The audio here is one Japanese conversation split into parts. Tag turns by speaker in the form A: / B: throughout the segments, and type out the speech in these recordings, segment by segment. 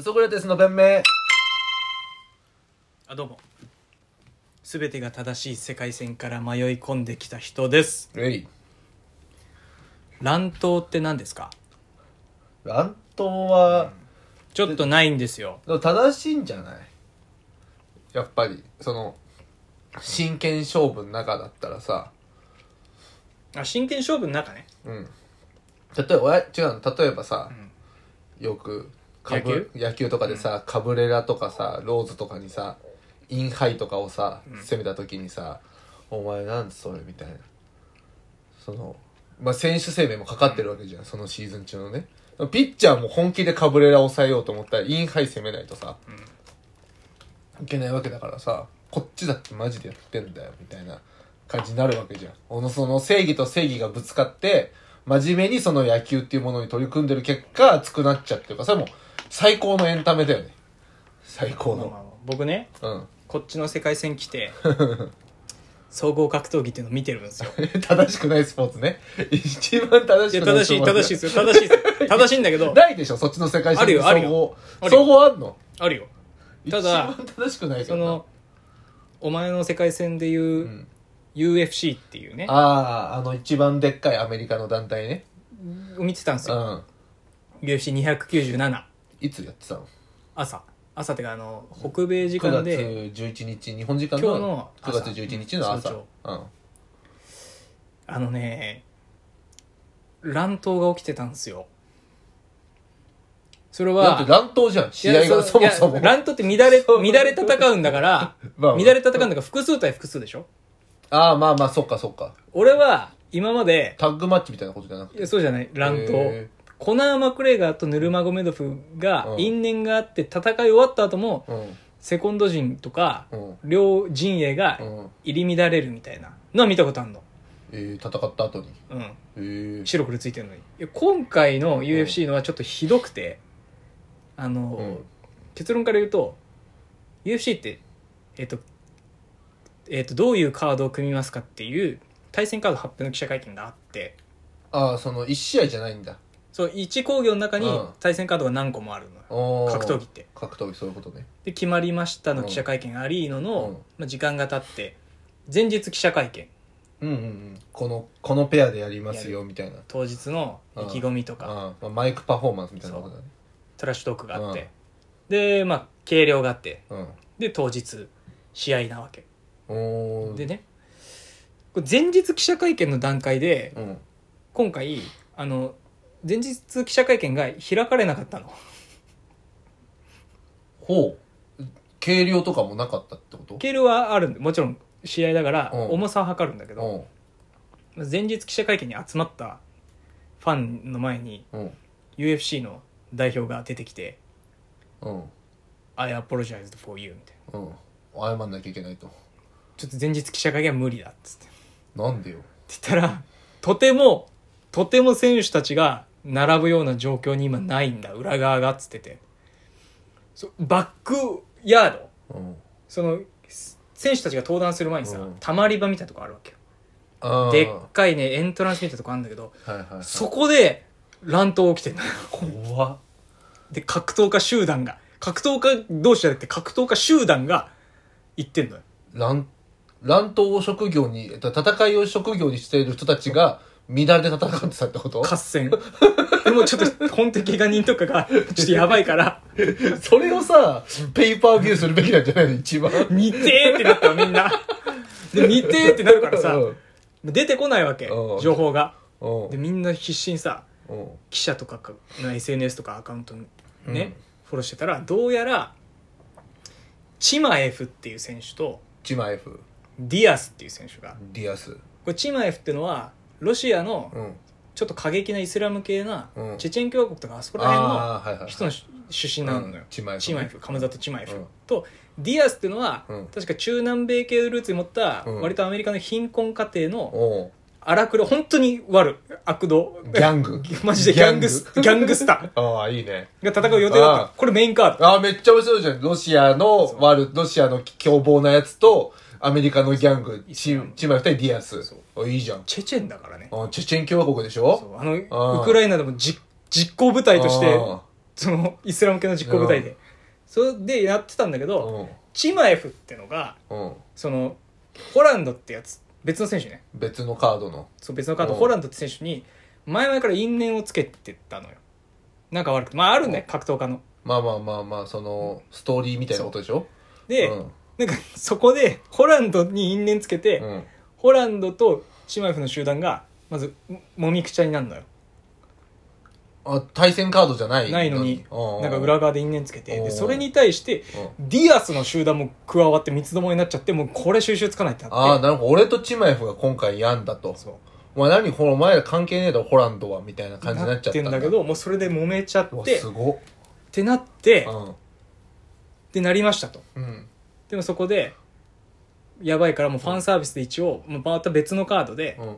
A: ソクラテスの弁明
B: あどうも全てが正しい世界線から迷い込んできた人です
A: えい
B: 乱闘って何ですか
A: 乱闘は、
B: ちょっとないんですよ
A: でも正しいんじゃないやっぱりその真剣勝負の中だったらさ
B: あ真剣勝負の中ね
A: うん例えばおや違うの例えばさ、よくかぶ野球とかでさ、カブレラとかさローズとかにさインハイとかをさ、攻めた時にさ「お前なんでそれ」みたいなその、まあ、選手生命もかかってるわけじゃん、そのシーズン中のねピッチャーも本気でカブレラを抑えようと思ったらインハイ攻めないとさ、いけないわけだからさこっちだってマジでやってんだよみたいな感じになるわけじゃんおのその正義と正義がぶつかって真面目にその野球っていうものに取り組んでる結果熱くなっちゃってるからそれもう最高のエンタメだよね最高
B: まあま
A: の
B: あまあ僕ね
A: うん
B: こっちの世界線来 て総合格闘技っていうの見てるんですよ
A: 正しくないスポーツね一番正
B: い
A: し
B: や
A: くない
B: 正
A: スポ
B: しい
A: ーツ
B: 正しいですよ正しいです 正しいんだけど
A: ないでしょそっちの世界史
B: あるよあるよあるよ
A: 総合あんの
B: あるよただ
A: 一番正しくないけ
B: そ
A: どな
B: のお前の世界線でいう、
A: ん
B: UFC っていうね
A: あああの一番でっかいアメリカの団体ね
B: 見てたんです
A: う
B: よ
A: ん
B: UFC297
A: いつやってたの
B: 朝朝ってかあの北米時
A: 9
B: 間
A: 月
B: で
A: 11日日本時間
B: 今日の
A: の
B: 朝
A: 9月11日の朝
B: 早
A: うん
B: あのね、乱闘が起きてたんですよ。それ
A: だっ
B: は
A: て、乱闘じゃん試合がそもそも
B: いや乱闘って乱れ、
A: そう
B: 乱れ戦うん だから、
A: まあまあ
B: 乱れ戦うんだから複数対複数でしょ
A: ああまあまあそっかそっか
B: 俺は、今まで、
A: タッグマッチみたいなことじゃなく
B: い
A: て
B: やそうじゃない、乱闘
A: へ。
B: コナー・マクレーガーとヌルマゴメドフが
A: うん
B: 因縁があって戦い終わった後も、
A: うん
B: セコンド陣とか、
A: うん
B: 両陣営が
A: うん
B: 入り乱れるみたいなのは見たことあるの。
A: えー戦った後に
B: うん。
A: え
B: 白黒ついてるのにいや今回の UFC のはちょっとひどくて、あの、
A: うん
B: 結論から言うと UFC ってえっ、とえっ、とどういうカードを組みますかっていう対戦カード発表の記者会見があって
A: ああその1試合じゃないんだ
B: そう1工業の中に
A: うん
B: 対戦カードが何個もあるのよ、
A: おー
B: 格闘技って
A: 格闘技そういうことね
B: で決まりましたの記者会見がありのの、
A: うん
B: まあ、時間が経って前日記者会見
A: うんうんうんこのこのペアでやりますよみたいな
B: 当日の意気込みとか、
A: ああマイクパフォーマンスみたいなことだね
B: トラッシュトークがあって、
A: うん
B: でまあ計量があって
A: うん
B: で当日試合なわけ
A: おー
B: でねこれ前日記者会見の段階で
A: うん
B: 今回あの前日記者会見が開かれなかったの
A: ほう軽量とかもなかったってこと
B: 計量はあるんでもちろん試合だから
A: うん
B: 重さを測るんだけど、
A: う
B: 前日記者会見に集まったファンの前に
A: んうん
B: UFC の代表が出てきて
A: うん
B: 「I apologized for you」みたいな
A: うん謝んなきゃいけないと
B: 「ちょっと前日記者会見は無理だ」っつってって
A: なんでよ
B: 言ったらとてもとても選手たちが並ぶような状況に今ないんだ裏側がっつっててそバックヤード
A: うん
B: そのす選手たちが登壇する前にさ、
A: うん
B: たまり場みたいなとこあるわけよ
A: あー
B: でっかいねエントランスみたいなとこあるんだけど
A: はいはいはい
B: そこで乱闘起きてんのよ
A: 怖っ
B: で格闘家集団が格闘家同士じゃなくて格闘家集団が行ってんのよ
A: 乱乱闘を職業にえっと戦いを職業にしている人たちが乱れで戦ってたってこと
B: 合戦でもちょっと本当に怪我人とかがちょっとやばいから
A: それをさペーパービューするべきなんじゃないの一番
B: 見てーってなったのみんな。で、見てーってなるからさ
A: う、ん
B: 出てこないわけ
A: う、ん
B: 情報が。
A: うん
B: で、みんな必死にさ、
A: うん
B: 記者とかの SNS とかアカウントね、
A: うん
B: フォローしてたら、どうやら、チマエフっていう選手と、
A: チマエフ
B: ディアスっていう選手が。
A: ディアス
B: これチマエフっていうのは、ロシアの
A: うん
B: ちょっと過激なイスラム系な
A: う、ん
B: チェチェン共和国とかあそこら辺の
A: ああーはいはい
B: 人の出出身なのよ
A: うん。チマエフ
B: チマエフ、カムザとチマエフ。
A: うん
B: と、ディアスっていうのは、
A: うん
B: 確か中南米系ルーツに持った、
A: うん
B: 割とアメリカの貧困家庭の
A: おう
B: 荒くれ、本当に悪、悪道。
A: ギャング
B: マジでギャングス、ギャングスタ
A: ああいいね
B: ーが戦う予定だ
A: あ
B: った。これメインカード。
A: ああ、めっちゃ面白いじゃん。ロシアの悪、ロシアの凶暴なやつと、アメリカのギャング、チチマイフ対ディアス
B: そ。
A: あいいじゃん。
B: チェチェンだからね。
A: あチェチェン共和国でし
B: そ
A: ょ
B: うあの、
A: あー
B: ウクライナでも実実行部隊として
A: あー
B: そのイスラム系の実行部隊で、それでやってたんだけ
A: う
B: ど、
A: ん
B: チマエフってのが
A: うん
B: そのホランドってやつ別の選手ね
A: 別のカードの
B: そう別のカード
A: うん
B: ホランドって選手に前々から因縁をつけてたのよなんか悪くてまああるね
A: う
B: 格闘家の
A: まあまあまあまあそのストーリーみたいなことでしょ
B: で、
A: うん
B: なんかそこでホランドに因縁つけて、
A: うん
B: ホランドとシマエフの集団がまずもみくちゃになるのよ
A: あ対戦カードじゃない
B: ないのに
A: う
B: なんか裏側で因縁つけて
A: う
B: で
A: ん
B: それに対してディアスの集団も加わって三つどもえになっちゃってもうこれ収集つかないって
A: あ
B: な
A: あ
B: って
A: なるほど俺とチマエフが今回病んだと
B: そう
A: お前何このお前ら関係ねえだろホランドはみたいな感じになっ
B: なっ
A: ちゃった
B: てんだけどもうそれで揉めちゃ
A: うわ
B: ってっ
A: すごって
B: なって
A: うん
B: でなりましたと
A: うん
B: でもそこでやばいからもうファンサービスで一応もうまた別のカードで
A: うん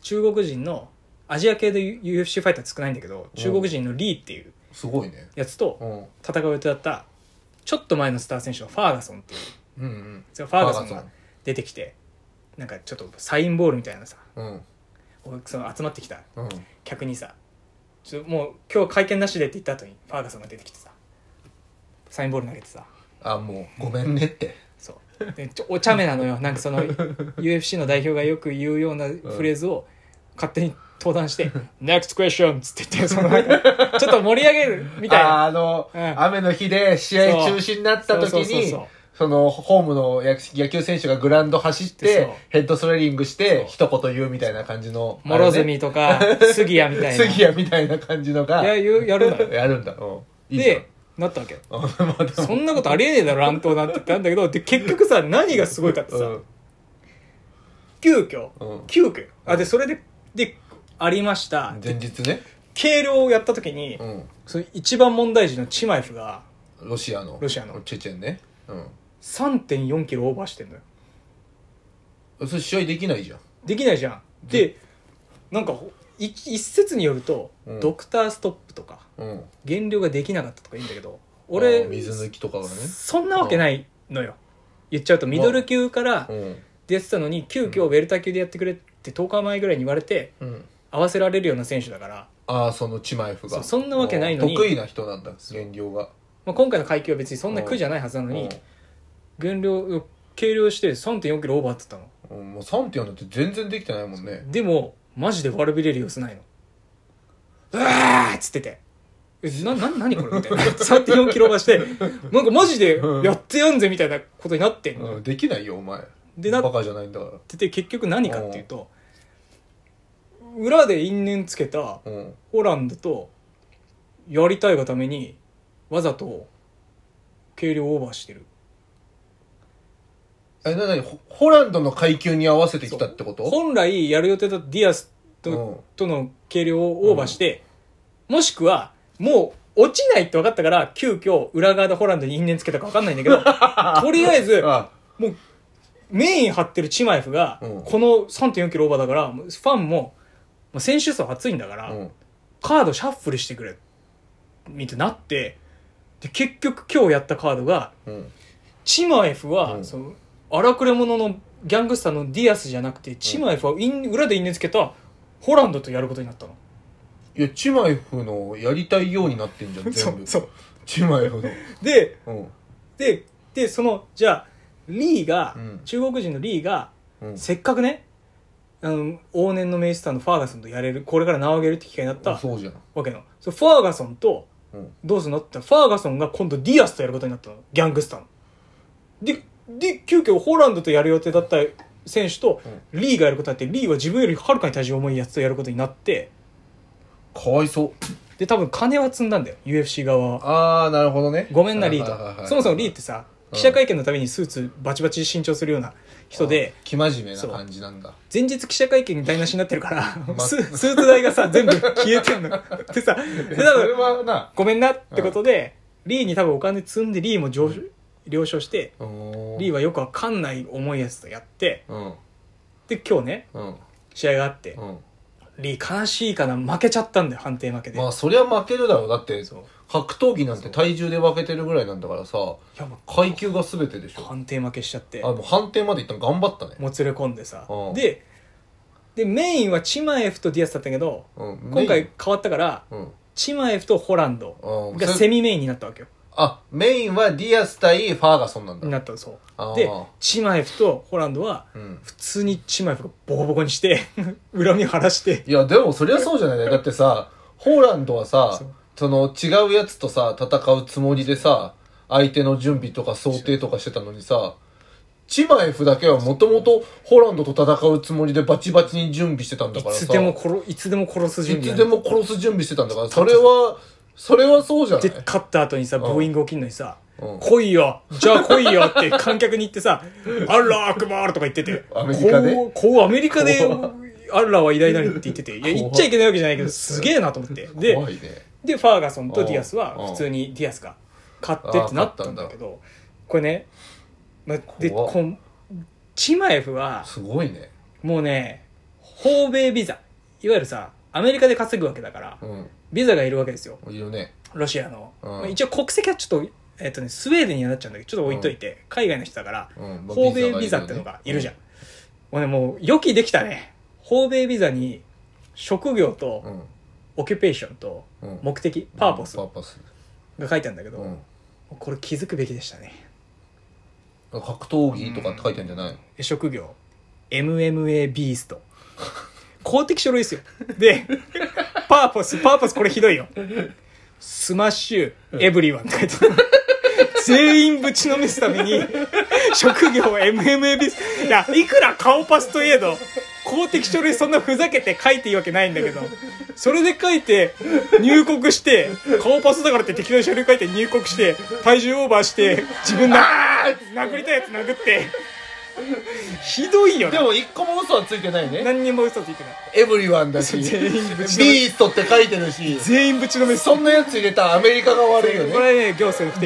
B: 中国人のアジア系で UFC ファイター少ないんだけど中国人のリーっていう
A: すごいね
B: やつと
A: うん
B: 戦う予定だったちょっと前のスター選手のファーガソンっていう
A: うんうん
B: ファーガソンが出てきてなんかちょっとサインボールみたいなさ
A: うん
B: その集まってきた
A: うん
B: 客にさ「ちょもう今日会見なしで」って言った後にファーガソンが出てきてさサインボール投げてさ
A: あもうごめんねって
B: そう でちょお茶目なのよなんか その UFC の代表がよく言うようなフレーズを勝手に登壇 して「NEXT QUESTION」っつって言ってそのなんかちょっと盛り上げるみたい
A: あ
B: な
A: ーあの、
B: うん
A: 雨の日で試合中止になった時
B: そうそうそう
A: に
B: そう
A: そのホームの野野球選手がグラウンド走っ
B: そう
A: てヘッドスライディングして
B: そ
A: 一言言うみたいな感じの
B: 諸角とか杉谷みたいな
A: 杉谷みたいな感じのが
B: いや言うやるのよ
A: やるんだうんいいじゃん
B: でなったわけよ
A: あまあでも
B: そんなことありえねえだろ乱闘なんて言ったんだけどで結局さ何がすごいかってさ、
A: うん
B: 急遽、
A: うん
B: 急遽あでそれででありました
A: 前日ね
B: 計量をやった時に、
A: うん
B: その一番問題児のチマエフが
A: ロシアの
B: ロシアの
A: チェチェンねうん
B: 3 4キロオーバーしてんのよ
A: それ試合できないじゃん
B: できないじゃんでなんかほい一説によると、
A: うん
B: ドクターストップとか
A: うん
B: 減量ができなかったとか言うんだけど
A: あ
B: 俺
A: ー水抜きとかがね
B: そんなわけないのよ言っちゃうとミドル級から
A: うん
B: 出てたのに急遽ウェルター級でやってくれって10日前ぐらいに言われて
A: うん
B: 合わせられるような選手だから、
A: ああそのチマエフが
B: そうそんなわけないのに
A: 得意な人なんだ減量が
B: まあ、今回の階級は別にそんな苦じゃないはずなのに減量計量して3 4キロオーバーって言った
A: うんうんもう3.4だって全然できてないもんね
B: のでもマジで悪びれる様子ないのうわーっつっててえなな何これみたいな3 4キロオーバーしてなんかマジでやってやんぜみたいなことになってんの
A: うんできないよお前
B: でな
A: バカじゃないんだか
B: でで結局何かっていうと裏で因縁つけた
A: らうん
B: ホランドとやりたいがためにわざと計量オーバーしてる
A: えななにホホランドの階級に合わせてきたってこと
B: 本来やる予定だったディアスと,、
A: うん
B: との計量をオーバーして、もしくはもう落ちないって分かったから急遽裏側でホランドに因縁つけたか分かんないんだ けどとりあえず
A: あ
B: メイン張ってるチマエフが、
A: うん
B: この3 4キロオーバーだからもうファンもまあ選手層熱いんだから、
A: うん
B: カードシャッフルしてくれみたいになってで結局今日やったカードが
A: うん
B: チマエフは、
A: うん
B: その荒くれ者のギャングスターのディアスじゃなくてチマエフは因裏で因縁つけたホランドとやることになったの
A: いやチマエフのやりたいようになってんじゃん
B: そ
A: 全
B: う
A: 部
B: そう
A: チマエフの
B: で
A: うん
B: ででそのじゃあリーが、
A: うん
B: 中国人のリーが、
A: うん
B: せっかくねあの往年のメイスターのファーガソンとやれるこれから名を上げるって機会になったわ
A: そうじゃん
B: けなのそうファーガソンと
A: うん
B: どうするのって言ったらファーガソンが今度ディアスとやることになったのギャングスターのでで急遽ホランドとやる予定だった選手とリーがやることになってリーは自分よりはるかに体重重いやつとやることになって
A: かわいそう
B: で多分金は積んだんだよ UFC 側は
A: ああなるほどね
B: ごめんなリ
A: はいはい
B: ー
A: は
B: と
A: い
B: そもそもリーってさ記者会見のためにスーツバチバチ新調するような人で
A: あー生真面目な感じなんだ
B: 前日記者会見に台無しになってるから
A: ま
B: ススーツ代がさ全部消えてんのでさで
A: そ
B: 多
A: れ
B: 分
A: はな
B: ごめんなってことで、リーに多分お金積んでリーも上昇了承して、リーはよくわかんない重いやつとやって
A: うん
B: で今日ね
A: うん
B: 試合があって、
A: うん
B: リー悲しいかな負けちゃったんだよ判定負けで、
A: まあそりゃ負けるだろうだって
B: そう
A: 格闘技なんて体重で負けてるぐらいなんだからさ
B: いやもう
A: 階級が全てでしょ
B: 判定負けしちゃって
A: あもう判定までいったの頑張ったね
B: もつれ込んでさ、
A: うん
B: ででメインはチマエフとディアスだったけど
A: うん
B: 今
A: メイ
B: 回変わったから
A: ンうん
B: チマエフとホランド
A: うん
B: がセミメインになったわけよ。
A: あ、メインはディアス対ファーガソンなん
B: に
A: だ。
B: なったそ
A: あー
B: う。で、チマエフとホランドは、
A: うん。
B: 普通にチマエフがボコボコにして、 恨みを晴らして、
A: いや、でもそりゃそうじゃないだってさ、ホーランドはさ
B: そう、
A: その違うやつとさ、戦うつもりでさ、相手の準備とか想定とかしてたのにさ、チマエフだけはもともとホーランドと戦うつもりでバチバチに準備してたんだ
B: い
A: からさ。
B: つでも殺、いつでも殺す準
A: い
B: 備な
A: つ
B: んだ
A: でも殺す準備してたんだから、それは、それはそうじゃない
B: で、勝った後にさ、ブーイング起きんのにさ、
A: うん
B: 来いよじゃあ来いよって観客に言ってさ、アッラーアクバールとか言ってて、
A: アメリカで
B: こう、こうアメリカで、
A: 怖
B: アッラーは偉大なりって言ってて、いや、
A: 怖
B: 言っちゃいけないわけじゃないけど、すげえなと思って。で、
A: 怖いね。
B: で、ファーガソンとディアスは
A: うん、
B: 普通にディアスが勝ってってなったんだけど、これね、ま、で、
A: 怖っ
B: こんチマエフは、
A: すごいね。
B: もうね、訪米ビザ、いわゆるさ、アメリカで稼ぐわけだから、
A: う
B: ビザがいるわけですよ。
A: ん。いるね。
B: ロシアの、
A: うん
B: まあ、一応国籍はちょっと,、えっとね、スウェーデンにはなっちゃうんだけどちょっと置いといて、海外の人だから、
A: うん
B: 訪米ビザってのがいるじゃん、俺もう予期できたね訪米ビザに職業と
A: うん。
B: オキュペーションと
A: うん
B: 目的、パーポス
A: パー
B: が
A: ポス。
B: 書いてあるんだけど、
A: うん。
B: これ気づくべきでしたね
A: 格闘技とかって書いてんじゃないの
B: 職業 MMA ビースト公的書類ですよでパーポスパーポスこれひどいよスマッシュエブリワンって書いてある全員ぶちのめすために職業 MMA ビーストいやいくら顔パスといえど公的書類そんなふざけて書いていいわけないんだけどそれで書いて入国して顔パスだからって適当に書類書いて入国して体重オーバーして自分な殴りたいやつ殴ってひどいよ
A: で
B: ね
A: も一個も嘘はついてないね。
B: 何にも嘘ついてない
A: エブリワンだし、ビ
B: 全員ぶちのめ
A: ーストって書いてるし、
B: 全員ぶちのめす
A: そんなやつ入れたらアメリカが悪いよね
B: こ。れね行政の不手